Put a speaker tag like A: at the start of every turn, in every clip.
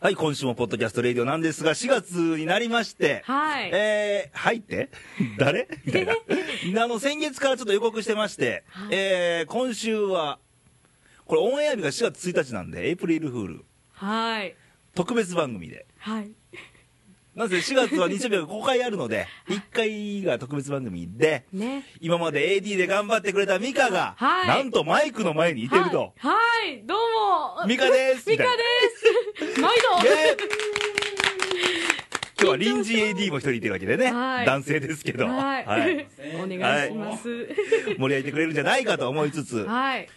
A: はい、今週もポッドキャストレディオなんですが、4月になりまして、
B: はい
A: えー、入 って誰みたいな。あの、先月からちょっと予告してまして、
B: はい
A: えー、今週は、これオンエア日が4月1日なんで、エイプリルフール、
B: はい。
A: 特別番組で。
B: はい。
A: なぜ4月は日曜日が公開あるの で、1回が特別番組で、
B: ね。
A: 今まで AD で頑張ってくれたミカが、
B: はい
A: なんとマイクの前にいてると。
B: はい。はいどうも。
A: ミカです
B: ミカです。毎
A: イエー
B: 度。
A: イ今日は臨時 AD も一人いてるわけでね、
B: はい
A: 男性ですけど、
B: はい。
A: はい
B: お願いします。
A: 盛り上げてくれるんじゃないかと思いつつ、
B: はい。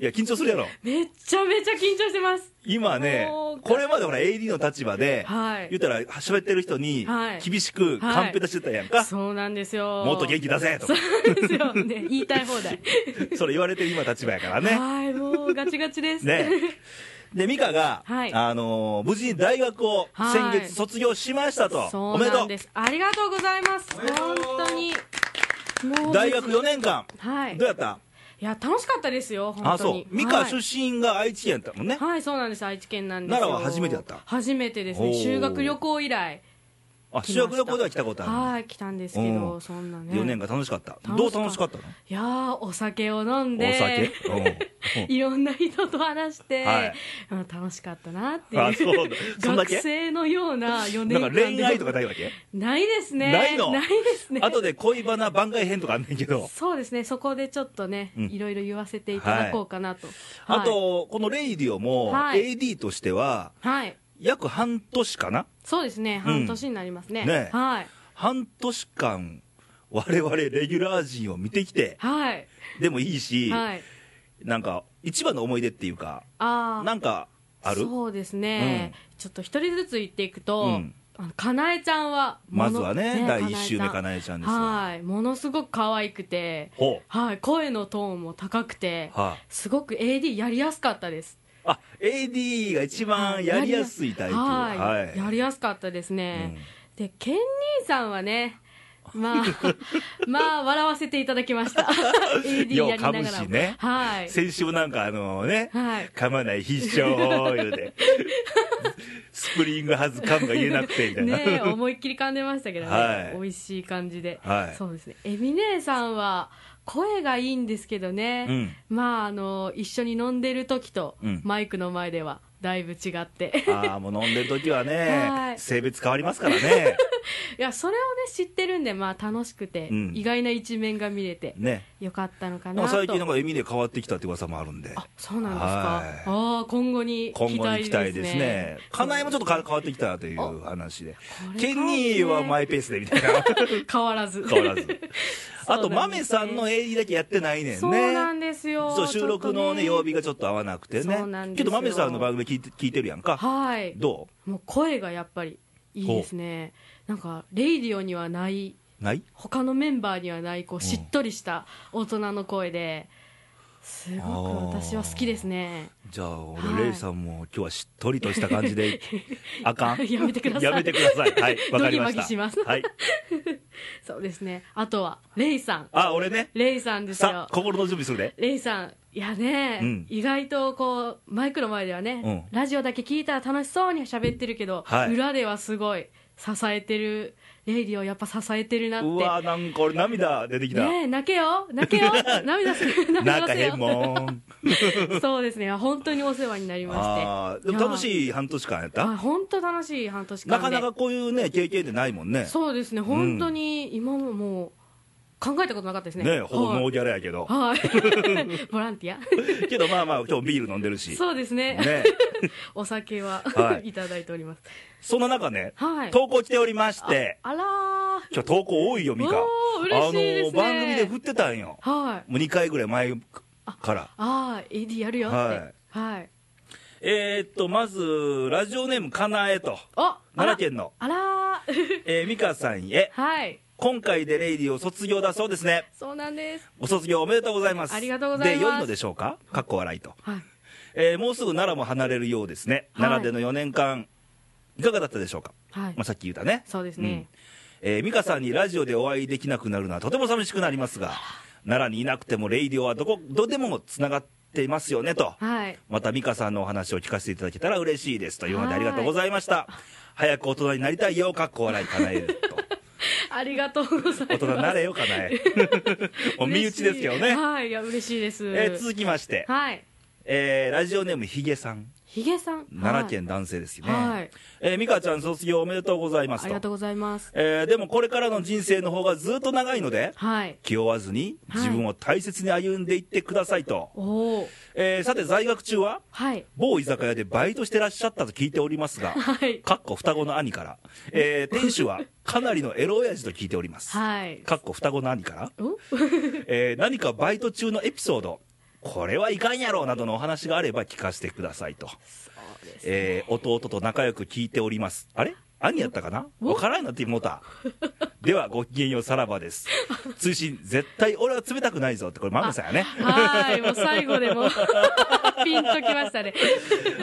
A: いや、緊張するやろ。
B: めっちゃめちゃ緊張してます。
A: 今ね
B: もう、
A: これまでほら AD の立場で、
B: はい
A: 言ったら喋ってる人に
B: はい
A: 厳しく
B: はい
A: カンペ出してたやんか、
B: そうなんですよ。
A: もっと元気出せと
B: そ、うですよ ね。言いたい放題。
A: それ言われてる今立場やからね。
B: はい、もうガチガチです。
A: ね。で、美香が、
B: はい
A: あのー無事に大学を先
B: はい
A: 月卒業しましたと、
B: そ
A: お
B: う
A: めで
B: な
A: と
B: んです。ありがとうございます。
A: おめでとう
B: 本当に。も
A: う。
B: う
A: 大学4年間、
B: はい。
A: どうやった
B: いや、楽しかったですよ、本当
A: あ、そ
B: に。
A: う。美香
B: はい
A: 出身が愛知県やったもんね。
B: はい、そうなんです。愛知県なんですよ。
A: 奈良は初めてだった
B: 初めてです
A: お
B: ね。
A: ー
B: 修学旅行以来。
A: あ、修学旅行では来たことあ
B: はい、来たんですけ
A: う
B: ど、
A: ん
B: そんな
A: る。
B: ね。
A: 4年間楽しかった。
B: 楽しかった
A: どう楽しかったの
B: いやー、お酒を飲ん
A: お酒
B: で、
A: うんうん
B: いろんな人と話して、
A: はい
B: うん楽しかったなって
A: あ、
B: い。
A: そううだ。そんだ
B: 学
A: け
B: 生のような
A: な
B: 4年
A: んか
B: 間
A: 恋愛とかないいわけ
B: ないですね。
A: ないの
B: ないですね。
A: あとで恋バナ番外編とかあんねんけど。
B: そうですね、そこでちょっとね、
A: うん
B: いろいろ言わせていただこうかなと。
A: あ、と、このレイディオも、
B: はい
A: AD としては、
B: はい、はい、
A: 約半年かな
B: そうですね、半年になりますね。
A: ね
B: はい、
A: 半年間、我々レギュラー陣を見てきて、
B: はい、
A: でもいいし、
B: はい、
A: なんか、一番の思い出っていうか、
B: あ
A: なんか、ある
B: そうですね、ちょっと一人ずつ言っていくと、
A: うん
B: あのかなえちゃんは、も
A: まず
B: の
A: はね、第1週目か
B: え
A: なえちゃん
B: ち
A: で
B: ゃ
A: す
B: ん
A: わ。
B: はい、ものすごく可愛くて、
A: ほ
B: はい、声のトーンも高くて、
A: う。は
B: すごく AD やりやすかったです。
A: あ、AD が一番やりやすいタイプ。
B: はい、
A: はい。
B: やりやすかったですね、でケン兄さんはね まあまあ笑わせていただきました AD
A: よう
B: やりながらも
A: 噛むしね
B: はい
A: 先週もなんかあのね、
B: はい
A: 噛まない必勝言うて、スプリングはず噛むが言えなくてみたいな。
B: ねえ思いっきり噛んでましたけどね、
A: はい
B: 美味しい感じで、
A: はい
B: そうですねエミ姉さんは声がいいんですけどね、
A: うん
B: まああの一緒に飲んでる時と、
A: うん
B: マイクの前ではだいぶ違って
A: ああ、もう飲んでる時は
B: は
A: ね、
B: い
A: 性別変わりますからね。
B: いやそれをね知ってるんでまあ楽しくて、
A: うん
B: 意外な一面が見れて
A: ね。
B: よかったの
A: な
B: か
A: ん
B: な
A: か
B: と
A: 最近なんか意味で変わってきたって噂もあるんで、
B: あそうなんですか、
A: はい
B: ああ今後に
A: 今後に期待ですね。かなえもちょっと変わってきたという
B: お
A: 話で
B: こ。れ
A: ケニーはマイペースでみたいな。
B: 変わらず
A: 変わらず。あと、
B: そうな
A: マ
B: んですね
A: メさんの AD だけやってないねんね。
B: そうなんですよ
A: そう収録のね、曜日がちょっと合わなくてね。
B: そうなんです
A: け
B: よ
A: ど、マメさんの番組聞いて聞いてるやんか。
B: はい
A: ど
B: もう声がやっぱりいいですねなんかレイディオにはないう
A: ない
B: 他のメンバーにはないこうしっとりした大人の声です
A: あー
B: ごく私は好きですね
A: じゃあ、
B: はい
A: 俺、レイさんも今日はしっとりとした感じ で、あかん
B: やめてください
A: やめてください。 はい、わかりました。
B: ドギマギします
A: はい。
B: そうですねあとはレイさん
A: あ、俺ね。
B: レイさんです
A: さ
B: よ
A: あ、心の準備するで。
B: レイさんいやね、
A: うん
B: 意外とこうマイクの前ではね、
A: う
B: ラジオだけ聞いたら楽しそうに喋ってるけど、
A: はい
B: 裏ではすごい支えてるレイディをやっぱ支えてるなって
A: うわなんか俺涙出てきた。
B: ねえ泣けよ泣けよ涙す る
A: な
B: 涙
A: んか
B: する
A: 変
B: よ
A: もん。
B: そうですね本当にお世話になりまして
A: ああ、でも楽
B: い
A: しい半年間やっ
B: や
A: た
B: はい本当楽しい半年間
A: な
B: で
A: かなかこういうね、経験ってないもんね。
B: そうですね本当に今ももう考えたことなかったですね
A: ねほぼノ
B: は
A: ー
B: い
A: ギャラやけど。
B: はいボランティア
A: けどまあまあ、今日ビール飲んでるし。
B: そうですね
A: ね
B: お酒は、、
A: はい
B: ただいております。
A: そんな中ね、
B: はい。
A: 投稿来ておりまして、
B: あら
A: 今日投稿多いよ、ミカ。
B: おー嬉しいですね
A: あの、番組で振ってたんよ。
B: ー。はい。
A: もう2回ぐらい前から。
B: ああ、エディやるよって。
A: はい
B: はい。
A: えー、っと、まず、ラジオネームかなえと、
B: ああら
A: 奈良県の、
B: あらー
A: えー、ミカさんへ、
B: はい。
A: 今回でレイディを卒業だそうですね。
B: そうなんです。
A: お卒業おめでとうございます。
B: ありがとうございます
A: で、良いのでしょうかかっこ笑いと。
B: はい。
A: えーもうすぐ奈良も離れるようですね。
B: はい
A: 奈良での4年間、いかがだったでしょうか、
B: はい
A: まあ、。さっき言ったね。
B: そうですね。
A: えー美香さんにラジオでお会いできなくなるのはとても寂しくなりますが、奈良にいなくてもレイディオはどこ、どでもつながっってますよねと、
B: はい。
A: また美香さんのお話を聞かせていただけたら嬉しいですというのでありがとうございました早く大人になりたいよかっこ笑いかなえると
B: ありがとうございます。
A: 大人になれよかなえ もう身内ですけど
B: 嬉しい
A: ね、
B: はい。いや、嬉しいです。
A: えー続きまして、
B: はい。
A: えーラジオネームひげさん
B: ヒゲさん。
A: 奈良県男性ですよね、
B: はい
A: えー美香ちゃん卒業おめでとうございま
B: はい。
A: す
B: ありがと
A: と
B: うございます。
A: えーでもこれからの人生の方がずっと長いので
B: はい。
A: 気負わずに
B: はい
A: 自分を大切に歩んでいってくださいと、
B: おお。
A: えーさて在学中は
B: はい。
A: 某居酒屋でバイトしてらっしゃったと聞いておりますが、
B: はい。
A: かっこ双子の兄から、えー店主はかなりのエロ親父と聞いております。
B: はい。
A: かっこ双子の兄から、
B: お
A: えー何かバイト中のエピソード、これはいかんやろなどのお話があれば聞かせてくださいと、
B: そうです。
A: えー弟と仲良く聞いております。あれ兄やったかなわからんようになってもうた。では、ごきげんようさらばです。通信、絶対俺は冷たくないぞって、これマムさんやね。
B: はい。もう最後でも ピンときましたね。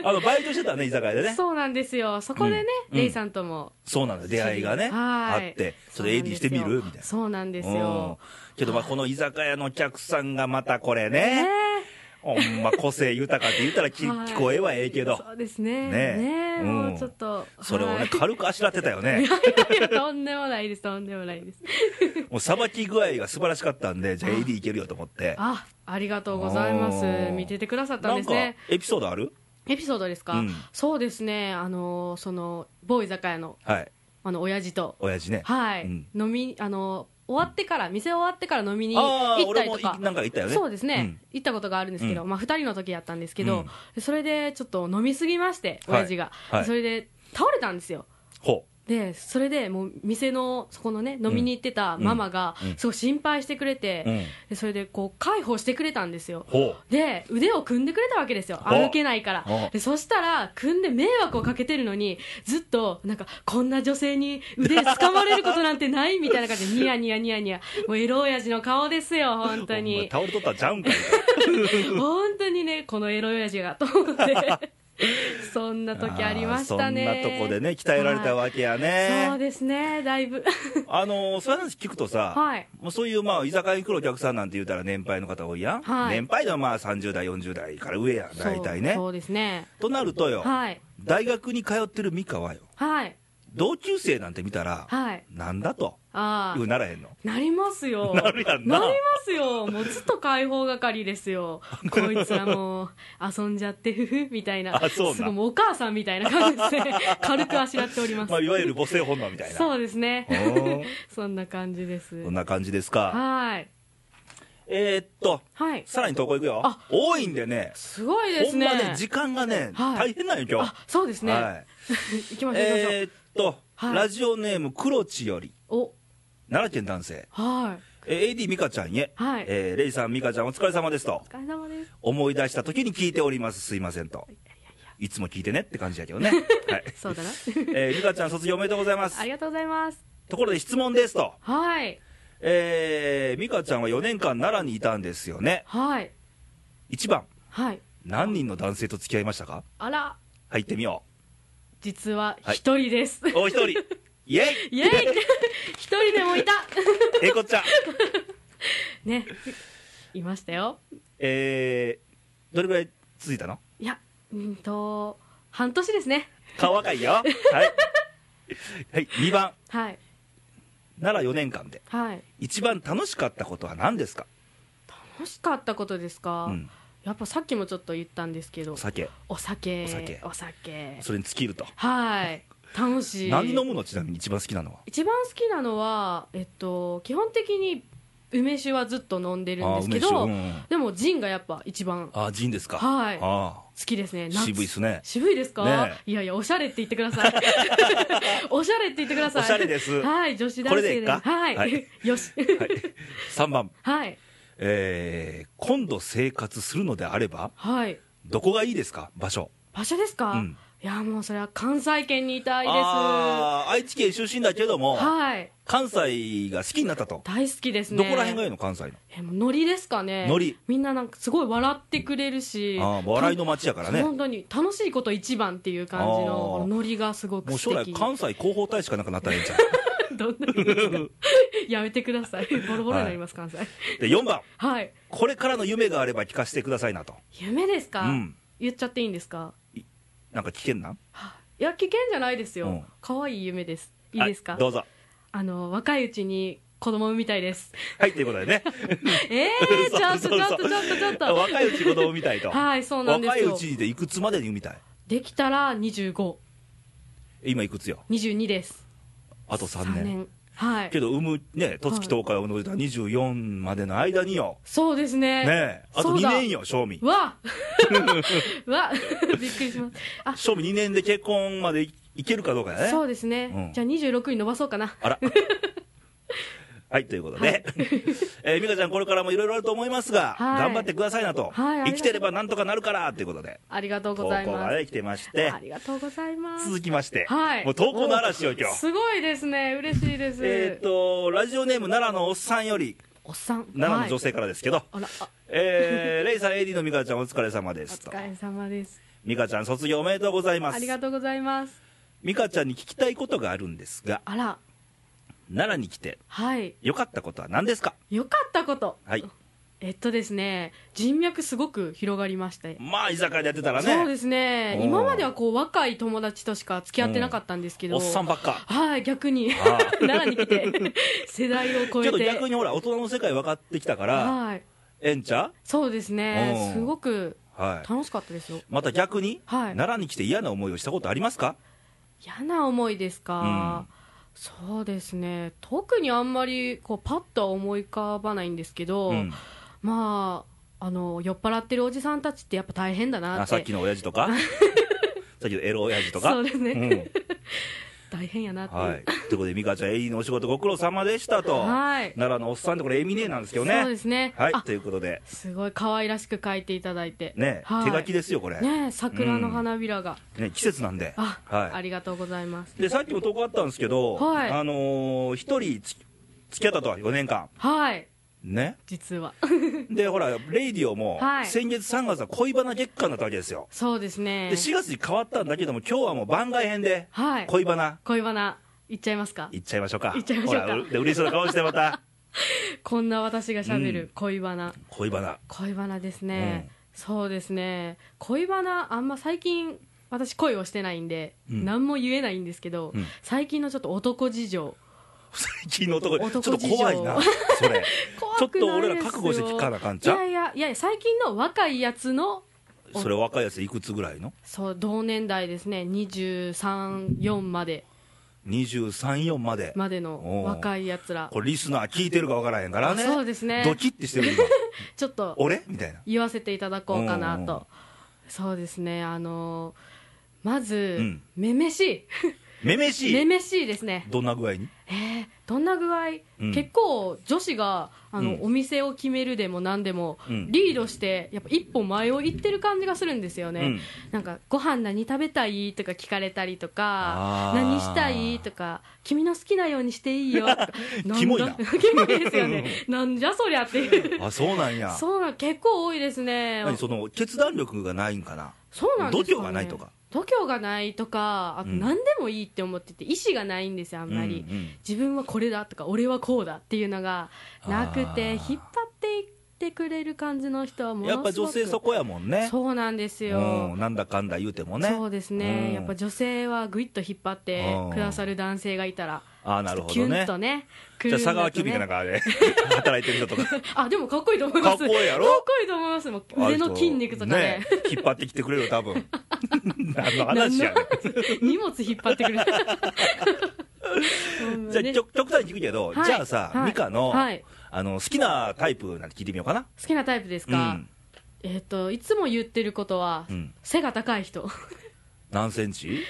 A: あの、バイトしてたね、居酒屋でね。
B: そうなんですよ。そこでね、
A: うん
B: レイさんとも。
A: そうなんだ、出会いがね、あ
B: はい
A: って、ちょっと AD してみるみたいな。
B: そうなんですよ。
A: うんけどまあこの居酒屋のお客さんがまたこれ
B: そうなんです
A: ね、
B: よ。ね
A: ほんま個性豊かって言ったらき
B: はい
A: 聞こえはええけど
B: そ、うです
A: ね
B: ね。
A: え
B: ねえ
A: うん
B: もうちょっと。
A: それを
B: は
A: ね
B: い、
A: 軽くあしらってたよ ね。
B: いやとんでもないです、とんでもないです。
A: もうさばき具合が素晴らしかったんで、じゃあ AD いけるよと思って。
B: あ、ありがとうございま
A: おー
B: す。見ててくださったん
A: な
B: で
A: ん
B: す
A: か
B: ね。
A: エピソードある
B: エピソードですか、
A: うん
B: そうですね、あのその某居酒屋の
A: はい、
B: あの親父と、
A: 親父ね。
B: はい、
A: うん
B: 飲みあの終わってから、店終わってから飲みに
A: ああ、
B: 行った
A: 俺
B: り
A: も
B: と
A: い
B: か。
A: なんかいたよね。
B: そうですね、行ったことがあるんですけど、
A: う
B: まあ、2人の時やったんですけど、
A: う
B: それでちょっと飲みすぎまして、
A: はい
B: 親父が、
A: はい
B: それで倒れたんですよ、
A: うん。ほ
B: でそれでもう店のそこのね、飲みに行ってたママが
A: うんうん、
B: すごい心配してくれて、
A: う。うん。
B: でそれでこう介抱してくれたんですよ、
A: ほ
B: で腕を組んでくれたわけですよ
A: お
B: 歩けないから
A: お
B: でそしたら組んで迷惑をかけてるのにずっとなんかこんな女性に腕掴まれることなんてないみたいな感じでニヤニヤニヤニヤもうエロ親父の顔ですよ本
A: う。
B: 当
A: お前
B: に
A: 倒れとったらちゃうんかい。
B: 本当にねこのエロ親父がと思って そんな 時ありましたね
A: あーそんなとこでね、鍛えられたわけやね。
B: そうですねだいぶ
A: あのーそういう話聞くとさ、
B: はい
A: もうそういう、まあ、居酒屋に来るお客さんなんて言うたら年配の方多いやん、
B: はい
A: 年配ではまあ30代、40代から上やん、大体ね
B: そう。そうですね
A: となるとよ、
B: はい
A: 大学に通ってる美香はよ、
B: はい
A: 同級生なんて見たら、
B: はい
A: なんだと、
B: あ
A: い
B: あ
A: うならへんの。
B: なります よ。
A: なるやんな
B: りますよ。もうずっと解放係で すよ。こいつらもう遊んじゃって、ふふ、みたいな。
A: あそうなん
B: すごいもうお母さんみたいな感じ で、軽くあしらっております。
A: まあ、いわゆる母性本能みたいな。
B: そうです
A: ほ
B: ね。
A: ー
B: そんな感じです。
A: そんな感じですか。
B: はい。
A: えー、っと、
B: はい。
A: さらに投稿いくよ
B: あ。
A: 多いんでね、
B: すごいですね。
A: ほんまね、時間がね、
B: はい
A: 大変なんよ、今日
B: あ。、そうですね。
A: はい。
B: 行きましょう、行きましょう。
A: えー、っと、
B: はい
A: ラジオネーム、黒地より、
B: お、
A: 奈良県男性。
B: はい。
A: えー AD 美香ちゃんへ、
B: はい
A: えーレイさん、美香ちゃんお疲れ様ですと
B: お、疲れ様です。
A: 思い出した時に聞いております、すいませんと。いつも聞いてねって感じだけ どね。はい。
B: そうだな。
A: えー、美香ちゃん卒業おめでとうございます
B: あ。りがとうございます。
A: ところで質問ですと。
B: はい。
A: えー、美香ちゃんは4年間奈良にいたんですよね。
B: はい。
A: 1番、
B: はい。
A: 何人の男性と付き合いましたか
B: あら、
A: 入ってみよ
B: 実は一人です。
A: う。おう一 人。イェイ
B: イエイ一人でもいた
A: えーこっちゃん。
B: ねいましたよ
A: えー、どれぐらい続いたの
B: いやうんと半年ですね
A: 顔若いよ。はい。はい、2番、
B: はい
A: 奈良4年間で。
B: はい
A: 一番楽しかったことは何ですか、
B: 楽しかったことですか、
A: うん、
B: やっぱさっきもちょっと言ったんですけど
A: お酒
B: お酒
A: お酒
B: お酒
A: それに尽きると
B: はい楽しい
A: 何飲むのちなみに一番好きなのは
B: 一番好きなのはえっと基本的に梅酒はずっと飲んでるんですけ
A: あー
B: ど、
A: 梅酒うんうん
B: でもジンがやっぱ一番好
A: ああジンですか
B: はい
A: あ
B: きですね
A: あ
B: 夏
A: 渋いっすね
B: 渋いですか、
A: ね
B: いやいや、おしゃれって言ってくだ さい。おしゃれって言ってください。
A: おしゃれです
B: はい、女子
A: こ
B: 大
A: れでい
B: 生
A: い
B: で
A: か
B: す。はい、
A: はい
B: よし。
A: はい、3番、
B: はい、
A: えー、今度生活するのであれば
B: はい。
A: どこがいいですか場所
B: 場所ですか、
A: うん
B: いや、もうそれは関西圏にいたいです。は
A: ああ愛知県出身だけども
B: い。
A: 関西が好きになったと、
B: 大好きですね。
A: どこら辺がいいの関西の
B: えもうノリですかね。
A: ノリ。
B: みんななんかすごい笑ってくれるし。
A: あー笑いの街やからね
B: た本当に楽しいこと一番っていう感じの
A: あー
B: このノリがすごく
A: もう
B: 素
A: 将来
B: 敵。
A: 関西広報大使かなんかなったらええんちゃ
B: どんな気持ち か やめてくださいボロボロになります関西
A: で4番
B: はい
A: これからの夢があれば聞かせてくださいなと
B: 夢ですか、
A: うん
B: 言っちゃっていいんですか
A: なんか聞けんない
B: や危険じゃないです
A: う
B: よ
A: ん
B: 可愛い夢ですい
A: い
B: いですか、
A: どうぞ
B: あの若いうちに子供産みたいです
A: はいということでね
B: えー、ちょっとちょっとちょっとちょっと
A: 若いうち子供みたいと
B: はいそうなんですよ
A: 若いうちでいくつまでに産みたい
B: できたら2522
A: 今いくつよ
B: です
A: あと3
B: 3
A: 年
B: 年はい
A: けど産むね十月10日を産むた24までの間によ
B: そうですね
A: ねえあと
B: そう
A: 2
B: だ
A: 年よ正味
B: わ わびっ くりしますあ
A: 正味2年で結婚までいいけるかどうかだ
B: そ
A: ね
B: うですね、
A: うん
B: じゃあ26に伸ばそうかな
A: あ らはいということで、えー美香ちゃんこれからもいろいろあると思いますが、
B: はい
A: 頑張ってくださいなと、
B: はいありがとう
A: 生きてればなんとかなるからということで
B: ありがとう
A: 投
B: ご
A: 稿
B: ざいま
A: が
B: す
A: ね来てまして
B: ありがとうございます
A: 続きまして、
B: はい
A: もう投稿の嵐よ今日
B: すごいですね嬉しいです
A: えっ、とラジオネーム奈良のおっさんより
B: おっさん
A: 奈良の女
B: 性、
A: 性からですけど、
B: はい、あらあ
A: えーレイさん AD の美香ちゃんお疲れ様で
B: お
A: すと
B: 疲れ様です
A: 美香ちゃん卒業おめでとうございま
B: あ
A: す
B: りがとうございます
A: 美香ちゃんに聞きたいことがあるんですが
B: あら
A: 奈良に来て
B: はい
A: 良かったことは何ですか
B: よかったこと
A: はい
B: えっとですね人脈すごく広がりまして
A: まあ居酒屋でやってたらね
B: そうですね
A: おー
B: 今まではこう若い友達としか付き合ってなかったんですけど、
A: おっさんばっか
B: はい逆に
A: あー
B: 奈良に来て 世代を超
A: ちょ
B: え
A: っと
B: て
A: 逆にほら大人の世界分かってきたから
B: はい
A: えんちゃ
B: そうです
A: う
B: ね
A: ん
B: すごく
A: はい
B: 楽しかったですよ
A: また逆に、
B: はい
A: 奈良に来て嫌な思いをしたことありますか
B: 嫌な思いですか、そうですね特にあんまりこうパッとは思い浮かばないんですけど、
A: うん
B: まああの酔っ払ってるおじさんたちってやっぱ大変だなって
A: あさっきの親父と かさっきのエロ親父とか
B: そうですね
A: ん
B: 大変やなっていう、
A: はい、 ということで、美香ちゃん、永遠のお仕事、ご苦労様でしたと、
B: はい
A: 奈良のおっさんって、これ、エミネーなんですけどね。
B: そうですね
A: はい
B: あ、
A: ということで、
B: すごい可愛らしく書いていただいて
A: ね、
B: は
A: 手
B: い
A: 書きですよ、これ、ね
B: ねえ桜の花びらが、
A: 季節なんで、
B: あ、あ
A: は
B: りがとうございます
A: い、でさっきも投稿あったんですけど、
B: はい
A: あのー、一人つ付き合ったと、4年間、
B: はい
A: ね、
B: 実は
A: で、ほら、レイディオも、
B: はい
A: 先月3月は恋バナ月間だったわけですよ、
B: そうですね
A: で4月に変わったんだけども、今日はもう番外編で、
B: はい
A: 恋バナ、
B: 恋バナいっちゃいますか
A: いっちゃいましょうか、
B: いっちゃいましょうか
A: ほらうで嬉しそうな顔して、また、
B: こんな私がしゃべ
A: うん
B: る恋バナ、
A: 恋バナ、
B: 恋バナですね、そうですね恋バナあんま最近私恋をしてないんで、
A: うん
B: 何も言えないんですけど、
A: うん
B: 最近のちょっと男事情
A: 最近の男、ちょっ
B: 男
A: と
B: 事情
A: 怖いな、それ。
B: 怖
A: ちょっ
B: くない
A: と俺
B: ですよ
A: ら覚悟して聞かなあかんち
B: い
A: ゃ
B: やいやいや最近の若いやつの
A: うそれ若いやついくつぐらいの
B: そう同年代ですね234まで
A: 234まで、
B: まで
A: お
B: の
A: う
B: 若いやつら
A: これリスナー聞いてるかわからへんからね
B: そうですね
A: ドキッてしてる今
B: ちょっと
A: 俺みたいな
B: 言わせていただこうかな
A: うんうんうん
B: とそうですねあのーまず、
A: うん
B: めめし
A: めめ
B: い
A: し
B: め
A: い
B: めしいですね
A: どんな具合に
B: えーどんな具合、
A: うん
B: 結構女子があの、
A: うん
B: お店を決めるでも何でも、
A: うん
B: リードしてやっぱ一歩前を行ってる感じがするんですよね、
A: うん
B: なんかご飯何食べたいとか聞かれたりと
A: あ
B: か
A: ー
B: 何したいとか君の好きなようにしていいよとか
A: キモいなん
B: だ キモいですよねなんじゃそりゃっていう
A: あそうなんや
B: そうなん結構多いですね
A: 何その決断力がないんかな
B: そうなんですか、ね、
A: 度胸がないとか
B: 度胸がないとかあと
A: うん
B: 何でもいいって思ってて意思がないんですよあんまり、
A: うんうん
B: 自分はこれだとか俺はこうだっていうのがなくて
A: あー
B: 引っ張っていってくれる感じの人はものす
A: やっ
B: ごく
A: ぱ女性そこやもんね
B: そうなんですよ、
A: うんなんだかんだ言うてもね
B: そうですね、
A: うん
B: やっぱ女性はぐいっと引っ張ってくださる男性がいたら、
A: ああなるほ
B: キ
A: ど
B: ュン
A: ね
B: とね
A: じゃあ佐川急便かなん
B: か
A: かで働いてる人と か
B: あでもかっこいいと思います
A: かっこいいやろ
B: かっこいいと思いますもう腕の筋肉とかね
A: あと引っ張ってきてくれる多 分何の話やねん
B: 荷物引っ張って くる
A: じゃあ極極端に聞くけど、
B: はい
A: じゃあさ、
B: はい
A: ミカの,、
B: はい
A: あの好きなタイプなんて聞いてみようかな。
B: 好きなタイプですか、
A: うん
B: えっ、といつも言ってることは、
A: うん
B: 背が高い人
A: 何センチ、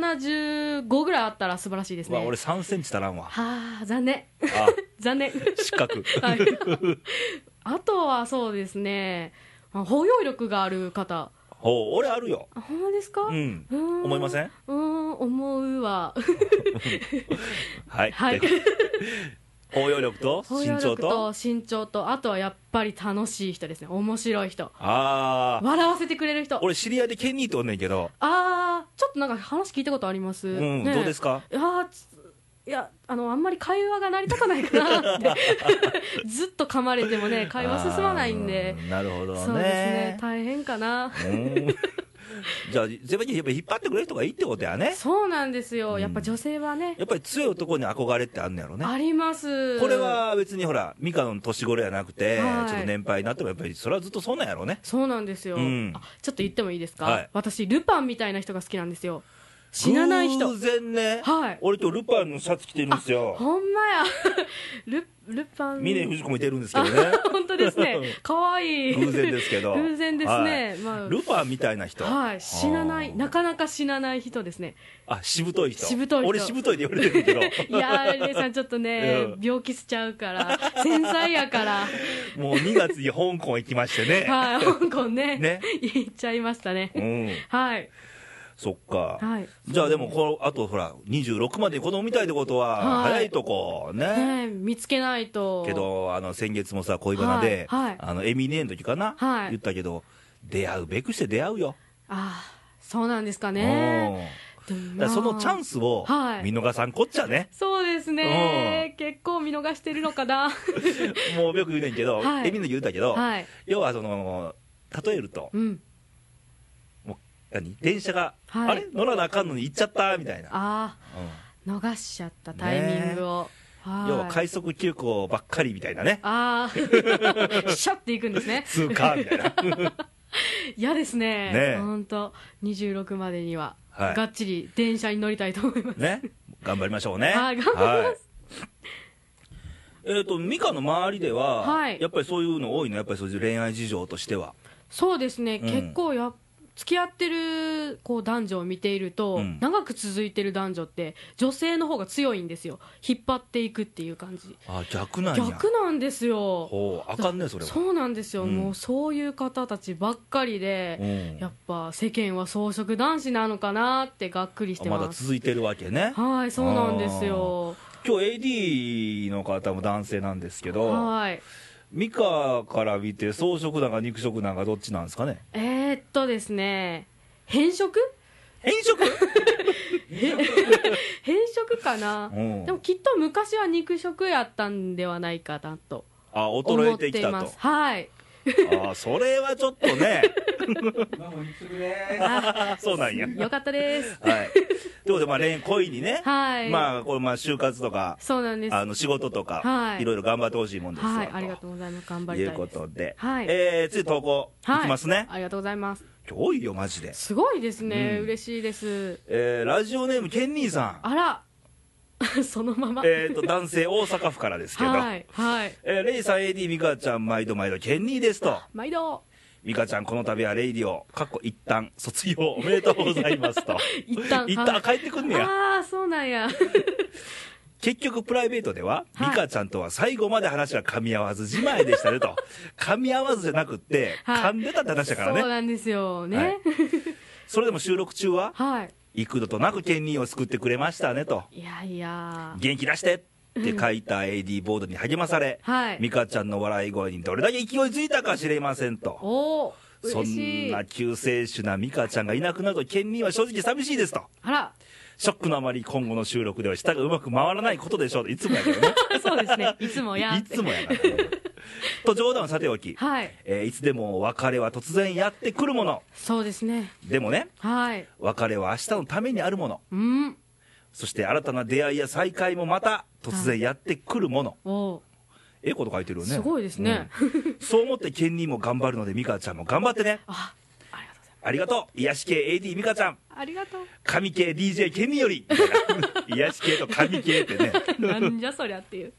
B: 175ぐらいあったら素晴らしいです
A: うわ
B: ね
A: 俺3センチ足らんわ。
B: はあ残念
A: あ、
B: 残念
A: 失 格。
B: はいあとはそうですねあ包容力がある方
A: ほう、俺あるよ。
B: あほんまですか、
A: うん。
B: ーん
A: 思いません
B: うーん思う わ
A: はい。
B: はい
A: で 包容力と
B: 包
A: 身
B: 容
A: 長
B: 力
A: と
B: と身長とあとはやっぱり楽しい人ですね面白い人
A: ああ。
B: 笑わせてくれる人
A: 俺知り合いでケニーとおんねんけど、
B: あーちょっとなんか話聞いたことあります、
A: うん、
B: ねえ
A: どうですか
B: あーついやあのあんまり会話が成り立たないかなって ずっと噛まれてもね会話進まないんで
A: あーなるほどね
B: そうですね大変かな
A: うんじゃあ全部にやっぱ引っ張ってくれる人がいいってことやね
B: そうなんですよ
A: ん
B: やっぱ女性はね
A: やっぱり強い男に憧れってあるんのやろね
B: あります
A: これは別にほらミカの年頃やなくて、
B: はい
A: ちょっと年配になってもやっぱりそれはずっとそうなんやろね
B: そうなんですよ、
A: うん
B: あちょっと言ってもいいですか、
A: はい
B: 私ルパンみたいな人が好きなんですよ死なない人
A: 偶然ね、
B: はい
A: 俺とルパンのシャツ着てるんですよ
B: ほんま やルルパン
A: 峰不二子もいてるんです けどね
B: 本当で すね可愛い
A: 偶然ですけど
B: 偶然ですね、
A: はい
B: まあ
A: ルパンみたいな人
B: はい、死なな
A: あ
B: い、
A: ー
B: なかなか死なない人ですね。
A: あしぶとい人
B: しぶとい人
A: 俺しぶといって言われてるけど
B: いやー、レイさん、ちょっとね
A: う、
B: 病気しちゃうから、繊細やから、
A: もう2月に香港行きましてね、
B: はい、香港ね、
A: ね
B: 行っちゃいましたね。
A: うん
B: はい、
A: そっか、
B: はい。
A: じゃあでもこのあとほら26まで子供みたいってことは
B: はい
A: 早いとこね、
B: ねえ、見つけないと。
A: けどあの先月もさ恋バナで、
B: はいはい
A: あのエミネの時かな、
B: はい
A: 言ったけど出会うべくして出会うよ、
B: ああ、そうなんですか
A: うん
B: ね。
A: だからそのチャン
B: ス。
A: スを
B: はい
A: 見逃さんこっちゃ ね、
B: そうですね、結構見逃してるのかな。
A: もうよく言うねんけど、
B: はい
A: エミネ言うたけど、
B: はい、
A: 要はその例えると
B: うん、
A: 何電車が、
B: はい
A: あれ乗らなあかんのに行っちゃったみたいな、
B: ああ、
A: うん
B: 逃しちゃったタイミングを。はい
A: 要は快速急行ばっかりみたいなね
B: あ あ、シャッていくんですね。
A: 通過みた いな
B: 嫌です
A: ね
B: ね。
A: え
B: 本当26までには、
A: はい
B: がっちり電車に乗りたいと思います。
A: ね頑張りましょうね
B: はい頑張ります
A: はいえっ、とミカの周りでは、
B: はい
A: やっぱりそういうの多いのやっぱりそういう恋愛事情としては
B: そうですね、
A: うん
B: 結構や、付き合ってるこう男女を見ていると、
A: うん
B: 長く続いてる男女って、女性の方が強いんですよ。引っ張っていくっていう感じ。
A: あ逆なんや
B: 逆なんですよ。
A: ほうあかんねそれは
B: そうなんですよ、
A: うん
B: もうそういう方たちばっかりで、
A: ん
B: やっぱ世間は草食男子なのかなってがっくりして
A: あまだ
B: ます。
A: 続いてるわけね
B: はい、そうなんですよ。
A: 今日 AD の方も男性なんですけど
B: はい。
A: ミカから見て草食なんか肉食なんかどっちなんですかね
B: えー、っとですね、変色
A: 変色
B: 変色かな、
A: うん
B: でもきっと昔は肉食やったんではないかなと
A: あ
B: 思
A: 衰え
B: って
A: き
B: てい
A: た
B: ま
A: と
B: す。はい。
A: あーそれはちょっとね
C: 今も肉食です。
B: あ
A: そうなんや
B: よかったです。
A: はい。ということで、まあ、恋恋にね、
B: はい
A: まあ、これ、まあ、就活とか、
B: そうなんです。
A: あ
B: は
A: の、仕事とか、
B: はい
A: いろいろ頑張ってほしいもんですよ。
B: い、ありがとうございます。頑張
A: い
B: り
A: う
B: たい
A: こ
B: です。
A: とで、
B: はい
A: えー、次投稿
B: はい
A: いきますね。
B: ありがとうございます。
A: 多いよ、マジで。
B: すごいですね。
A: うん
B: 嬉しいです。
A: えー、ラジオネーム、ケンニーさん。
B: あら、 そのまま。
A: えーと、男性、大阪府からですけど、
B: はい、はい。
A: えーレイさん、AD、ミカちゃん、毎度毎度、ケンニーですと。
B: 毎度、
A: ミカちゃん、この度はレイディオ、かっこ一旦、卒業おめでとうございますと。
B: 一旦。
A: 一
B: は
A: 旦
B: い
A: 帰ってくんねや。
B: ああ、そうな んや。
A: 結局プライベートでは、
B: はい
A: ミカちゃんとは最後まで話が噛み合わずじまいでしたね と噛み合わずじゃなくって、
B: はい
A: 噛んでたって話だから
B: そう
A: ね
B: なんですよね。
A: はいそれでも収録中は
B: はい
A: 幾度となく兼任を救ってくれましたねと
B: いやいや、
A: 元気出してって書いた AD ボードに励まされ、
B: はい
A: ミカちゃんの笑い声にどれだけ勢いづいたか知れませんと
B: おお、
A: そ
B: 嬉し
A: ん
B: い。
A: な救世主なミカちゃんがいなくなると兼任は正直寂しいですと
B: あ ら、
A: ショックのあまり今後の収録では舌がうまく回らないことでしょうといつもやけどね
B: そうですね、いつもや
A: いつもやなと冗談はさておき、
B: はい、
A: えーいつでも別れは突然やってくるもの
B: そうですね、
A: でもね
B: はい、
A: 別れは明日のためにあるもの
B: うん、
A: そして新たな出会いや再会もまた突然やってくるもの、
B: おお、
A: ええこと書いてるよね
B: すごいですね
A: うんそう思ってケンニーも頑張るのでミカちゃんも頑張ってね
B: あ、ありがとうござい
A: ありがとう癒し系 AD ミカちゃん
B: ます。ありがとう。
A: 神系 DJ ケンニーより 癒し系と神系ってね
B: なんじゃそりゃっていう。
A: っ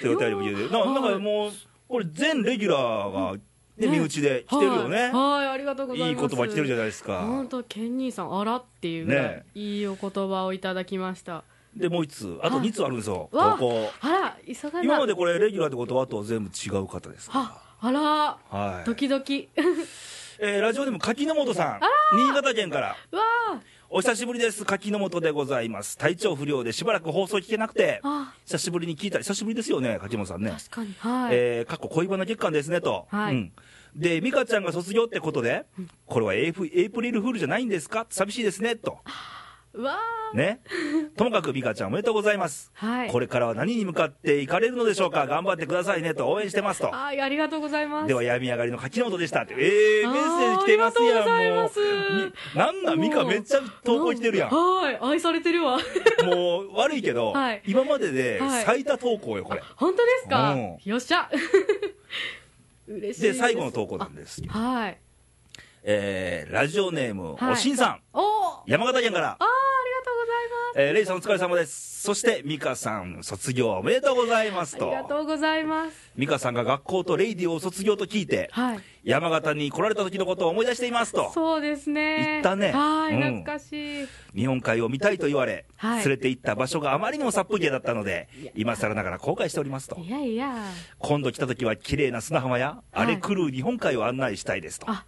A: てお便りも言うななんかもうこれ全レギュラーが、ね身
B: ね
A: 内で 来てるよね、
B: はい、はいありがとうございます。
A: いい言葉来てるじゃないですか
B: 本当ケンニーさん、あらっていうぐらい、
A: ね
B: いいお言葉をいただきました。
A: でもう一つあと2つあるんですよ
B: わ
A: 投稿
B: あら、急がない。
A: 今までこれレギュラーってことはあとは全部違う方です
B: あ、あら、
A: はい
B: ドキドキ。
A: えーラジオでも柿の本さん新潟県から
B: わあ、
A: お久しぶりです柿の本でございます体調不良でしばらく放送聞けなくて
B: あ、
A: 久しぶりに聞いたり久しぶりですよね柿本さんね
B: 確かに。はい。
A: えー、過去恋バナ月間ですねと、
B: はい
A: うんで美香ちゃんが卒業ってことでこれはエイプエイプリルフールじゃないんですか寂しいですねと
B: うわー
A: ね。ともかく美香ちゃんおめでとうございます。
B: はい
A: これからは何に向かっていかれるのでしょうか頑張ってくださいねと応援してますと。
B: はいありがとうございます
A: では、病み上がりの柿の音でしたって。えー、
B: あー
A: メッセージ来てますやん、
B: ありがとうござい
A: もう。みなんなん、ミカめっちゃ投稿来てるやん。
B: はい愛されてるわ
A: もう、悪いけど、
B: はい
A: 今までで
B: はい
A: 最多投稿よ、これ。
B: 本当ですか
A: うん
B: よっしゃ 嬉しい
A: で、最後の投稿なんです。
B: あはい
A: えー、ラジオネーム、
B: はい
A: おしんさん。
B: おーあー
A: 山形県から
B: ありがと、うございます
A: えーレイさんお疲れ様です。そして、ミカさん、卒業おめでとうございます
B: ありが
A: と。
B: とうございます
A: ミカさんが学校とレイディオを卒業と聞いて、
B: はい
A: 山形に来られた時のことを思い出していますと。
B: そうです
A: 行
B: ね
A: ったね
B: はい
A: うん
B: 懐かしい、
A: 日本海を見たいと言われ、
B: はい
A: 連れて行った場所があまりにも殺風景だったので、今更ながら後悔しておりますと。
B: いやいや
A: 今度来た時は綺麗な砂浜や、
B: は
A: 荒
B: い
A: れ狂う日本海を案内したいですと。
B: あ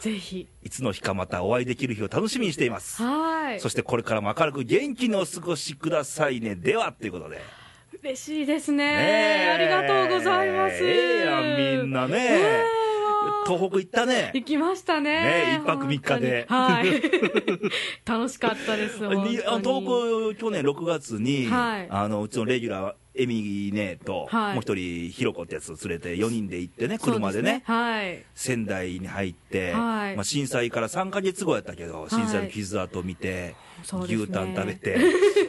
B: ぜひ
A: いつの日かまたお会いできる日を楽しみにしています。
B: はい
A: そしてこれからも明るく元気にお過ごしくださいね。では、ということで。
B: 嬉しいですね
A: ねえ
B: ありがとうございます
A: ええやんみんなね
B: ええわあ
A: 東北行ったね。
B: 行きましたね
A: ねえ一泊三日で
B: 本当にはい 楽しかったです本当に
A: にあの東北、去年6月に、
B: はい
A: あのうちのレギュラー、エミネと、
B: はい
A: もう一人、ひろこってやつを連れて、4人で行ってね、
B: そう
A: 車でね、
B: はい
A: 仙台に入って、
B: はい
A: まあ、震災から3か月後やったけど、震災の傷跡見て、
B: そうですね
A: 牛タン食べ て、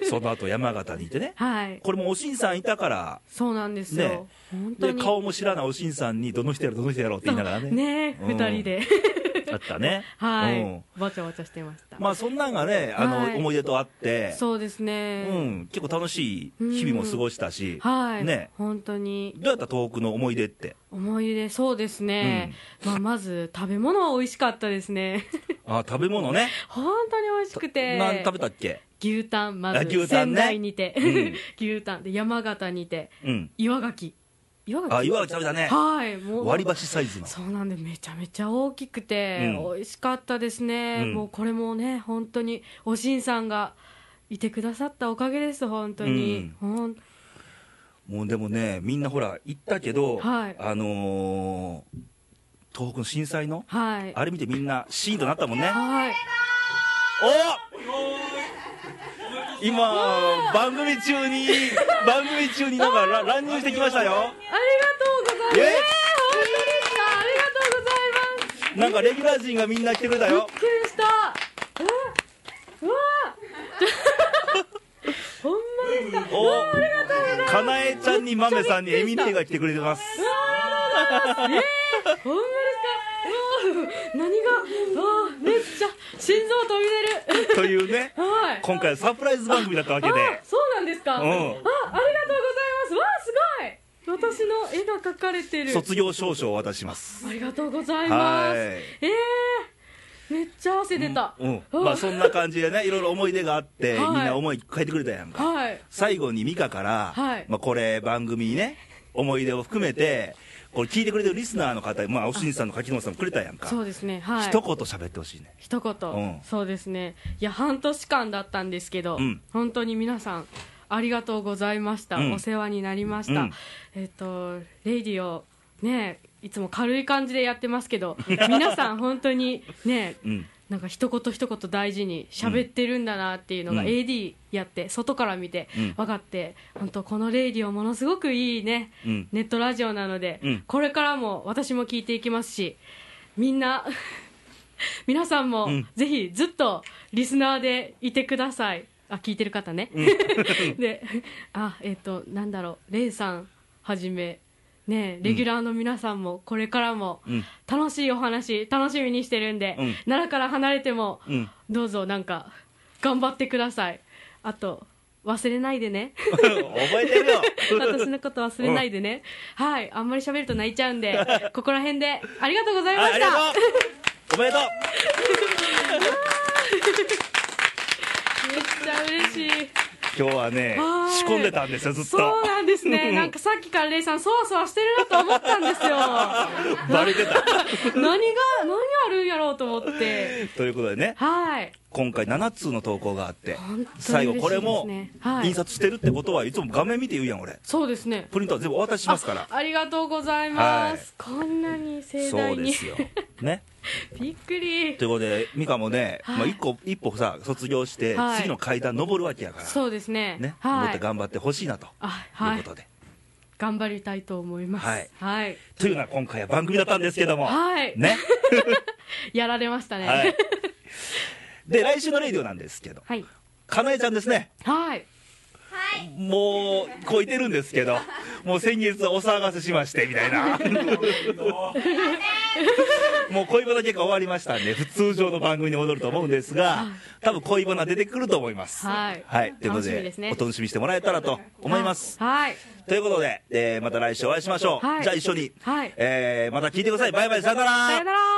A: その後山形にいてね、
B: はい
A: これもおしんさんいたから、
B: そうなんですよ、
A: ね
B: 本当
A: で
B: に
A: 顔も知らないおしんさんに、どの人やろ、どの人やろって言いながらね、
B: ね
A: うん
B: 二人で
A: あったね。
B: はい、
A: うん
B: わちゃわちゃしてました、
A: まあそんなんがね、あの、
B: はい
A: 思い出とあって、
B: そうです
A: う
B: ね、
A: ん、結構楽しい日々も過ごしたし、
B: はい、
A: ね、
B: 本当に
A: どうやった東北の思い出って、
B: 思い出そうですね、まあ、まず食べ物は美味しかったですね
A: あ食べ物ね、
B: 本当に美味しくて
A: 何食べたっけ、
B: 牛タンま
A: あ
B: ず
A: 牛タン
B: 仙
A: ね
B: 台にて、
A: うん
B: 牛タンで山形にて
A: うん、
B: 岩牡蠣岩牡蠣
A: あ岩が食べたね、
B: はいもう
A: 割り箸サイズの、
B: そうなんでめちゃめちゃ大きくて、
A: うん
B: 美味しかったですね、
A: うん
B: もうこれもね本当におしんさんがいてくださったおかげです本当に、ほん
A: もうでもね、みんなほら、行ったけど、
B: はい
A: あのー東北の震災の、
B: はい
A: あれ見てみんな、シーンとなったもんね、
B: はい
A: お今、番組中に、番組中になんかラ乱入してきましたよ。
B: ありがとうございます、
A: え
B: えー、本当ですかありがとうございます
A: なんかレギュラー陣がみんな来てくれたよ
B: びっくりしたうわう わちょほんまですか
A: おかなえちゃんにまめさんにエミネが来てくれてます
B: うわありがとうございます。ええー、ほんまですか。うわあ何が、ああ、めっちゃ心臓飛び出る。
A: というね
B: はい。
A: 今回はサプライズ番組だったわけで
B: あ、そうなんですか。
A: うん
B: あ、ありがとうございます。わあ、すごい。私の絵が描かれてる。
A: 卒業証書を渡します
B: ありがとうございま
A: は
B: す。
A: い
B: ええー、めっちゃ汗出た。
A: うんまあそんな感じでねいろいろ思い出があって
B: はい
A: みんな思い変えてくれたやんか
B: はい。
A: 最後に美香から
B: はい
A: まあこれ番組にね思い出を含めてこれ聞いてくれてるリスナーの方まあおしんさんの柿野さんもくれたやんか
B: そうですね。はい。
A: 一言喋ってほしいね
B: 一言、
A: うん
B: そうですねいや半年間だったんですけど、
A: うん
B: 本当に皆さんありがとうございました、
A: うん
B: お世話になりました、
A: うん
B: えっ、とレイディオねいつも軽い感じでやってますけど皆さん本当にね
A: うん
B: なんか一言一言大事に喋ってるんだなっていうのが
A: うん
B: AD やって外から見て
A: うん
B: 分かって、本当このレイディオものすごくいいね、
A: うん
B: ネットラジオなので、
A: うん
B: これからも私も聞いていきますしみんな 皆さんも
A: うん
B: ぜひずっとリスナーでいてくださいあ聞いてる方ね、 であえっ、となんだろうレイさんはじめねレギュラーの皆さんもこれからも
A: うん
B: 楽しいお話楽しみにしてるんで、
A: うん
B: 奈良から離れても、
A: うん
B: どうぞなんか頑張ってくださいあと忘れない でね
A: 覚えてるよ
B: 私のこと忘れないでね、はいあんまり喋ると泣いちゃうんで ここら辺でありがとうございま
A: はい、あ
B: し
A: りが
B: た
A: とうおめでとう
B: めっちゃ嬉しい
A: 今日はね
B: はーい
A: 仕込んでたんですよずっと
B: そうなんですねなんかさっきからレイさんそわそわしてるなと思ったんですよ
A: バレてた
B: 何が何あるんやろうと思って
A: ということでね
B: はい
A: 今回7通の投稿があって
B: 本当に嬉しいですね
A: 最後これも
B: はい
A: 印刷してるってことはいつも画面見て言うやん俺
B: そうですね
A: プリントは全部お渡ししますから
B: あありがとうございます、こんなに盛
A: そ
B: 大
A: うで
B: に
A: すよね。
B: びっくり
A: ということで、美香もね、
B: はい
A: まあ、一個、一歩さ、卒業して、
B: はい
A: 次の階段登るわけやから、
B: そうですね
A: ね、もっ
B: は
A: と
B: い
A: 頑張ってほしいなと、
B: あ
A: いう
B: はい
A: ことで。
B: 頑張りたいと思います
A: はい
B: はい、
A: というのは今回は番組だったんですけども、
B: はい
A: ね。
B: やられましたね
A: はい。で、来週のレイディオなんですけど、
B: はい
A: かなえちゃんですね、
B: はい
A: もう、超えてるんですけど、もう先月お騒がせしまして、みたい な。もう恋バナ結果終わりましたんで、普通常の番組に戻ると思うんですが、多分恋バナ出てくると思います。
B: はい
A: ということ
B: 楽しみ
A: で
B: ですね
A: お楽しみしてもらえたらと思います。
B: はい
A: ということで、えーまた来週お会いしましょう。
B: はい
A: じゃあ一緒に、
B: はい
A: えーまた聞いてください。バイバイ、さよなら。
B: さよなら